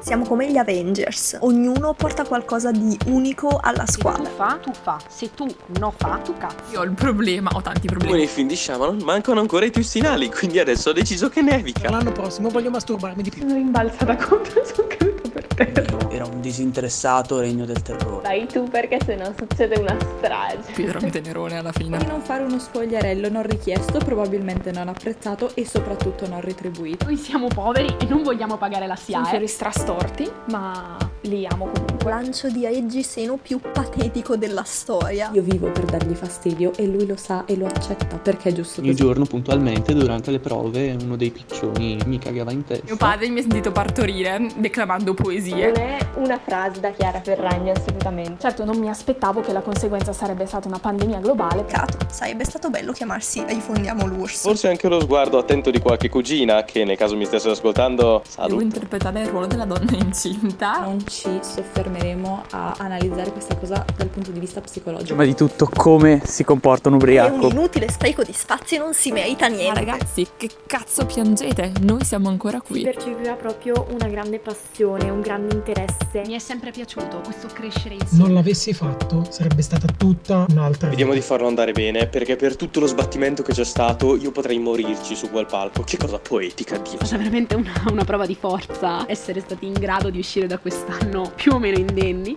Siamo come gli Avengers, ognuno porta qualcosa di unico alla squadra. tu fa, tu fa. Se tu no fa, tu cazzo. Io ho il problema, ho tanti Come problemi. nei film di Shyamalan mancano ancora i tuistinali, quindi adesso ho deciso che nevica. L'anno prossimo voglio masturbarmi di più. Sono rimbalzata contro sono caduta per terra. Era un disinteressato regno del terrore. Vai tu perché sennò succede una strage. Pietro Nerone alla fine. Di non fare uno spogliarello non richiesto, probabilmente non apprezzato e soprattutto non retribuito. Noi siamo poveri e non vogliamo pagare la Sono SIAE. fiori strastorti, ma li amo comunque. Lancio di Aeggi seno più patetico della storia. Io vivo per dargli fastidio e lui lo sa e lo accetta perché è giusto Ogni così. giorno puntualmente durante le prove uno dei piccioni mi cagava in testa. Mio padre mi ha sentito partorire declamando poesie. Non è una frase da Chiara Ferragni assolutamente. Cioè, Certo, non mi aspettavo che la conseguenza sarebbe stata una pandemia globale. Peccato, sarebbe stato bello chiamarsi Aifondiamo l'Urso. Forse anche lo sguardo attento di qualche cugina che nel caso mi stessero ascoltando. Devo Salute. interpretare il ruolo della donna incinta. Non ci soffermeremo a analizzare questa cosa dal punto di vista psicologico. Prima di tutto come si comporta un È un ubriaco. inutile spreco di spazio, non si merita Ma niente. ragazzi, che cazzo piangete? Noi siamo ancora qui. percepiva proprio una grande passione, un grande interesse. Mi è sempre piaciuto questo crescere insieme. Non l'avessi fatto, sarebbe stata tutta un'altra. Vediamo di vita. farlo andare bene, perché per tutto lo sbattimento che c'è stato io potrei morirci su quel palco. Che cosa poetica, Dio. È stata veramente una, una prova di forza essere stati in grado di uscire da quest'anno più o meno indenni.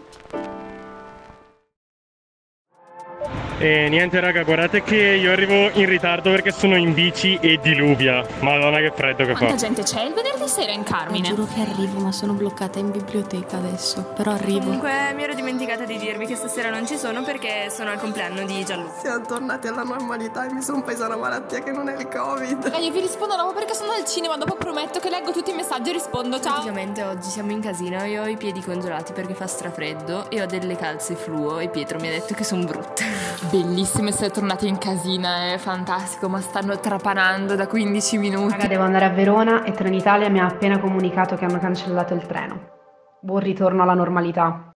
E niente raga, guardate che io arrivo in ritardo perché sono in bici e diluvia. Madonna che freddo che fa. gente c'è il venerdì sera in Carmine? Giuro che arrivo, ma sono bloccata in biblioteca adesso. Però arrivo. Comunque mi ero dimenticata di dirvi che stasera non ci sono perché sono al compleanno di Gianluca. Siamo tornati alla normalità e mi sono presa una malattia che non è il covid. io vi rispondo dopo perché sono al cinema, dopo prometto che leggo tutti i messaggi e rispondo Praticamente oggi siamo in casino, io ho i piedi congelati perché fa strafreddo e ho delle calze fluo e Pietro mi ha detto che sono brutte. Bellissimo essere tornati in casina, è fantastico, ma stanno trapanando da 15 minuti. Raga, devo andare a Verona e Trenitalia mi ha appena comunicato che hanno cancellato il treno. Buon ritorno alla normalità.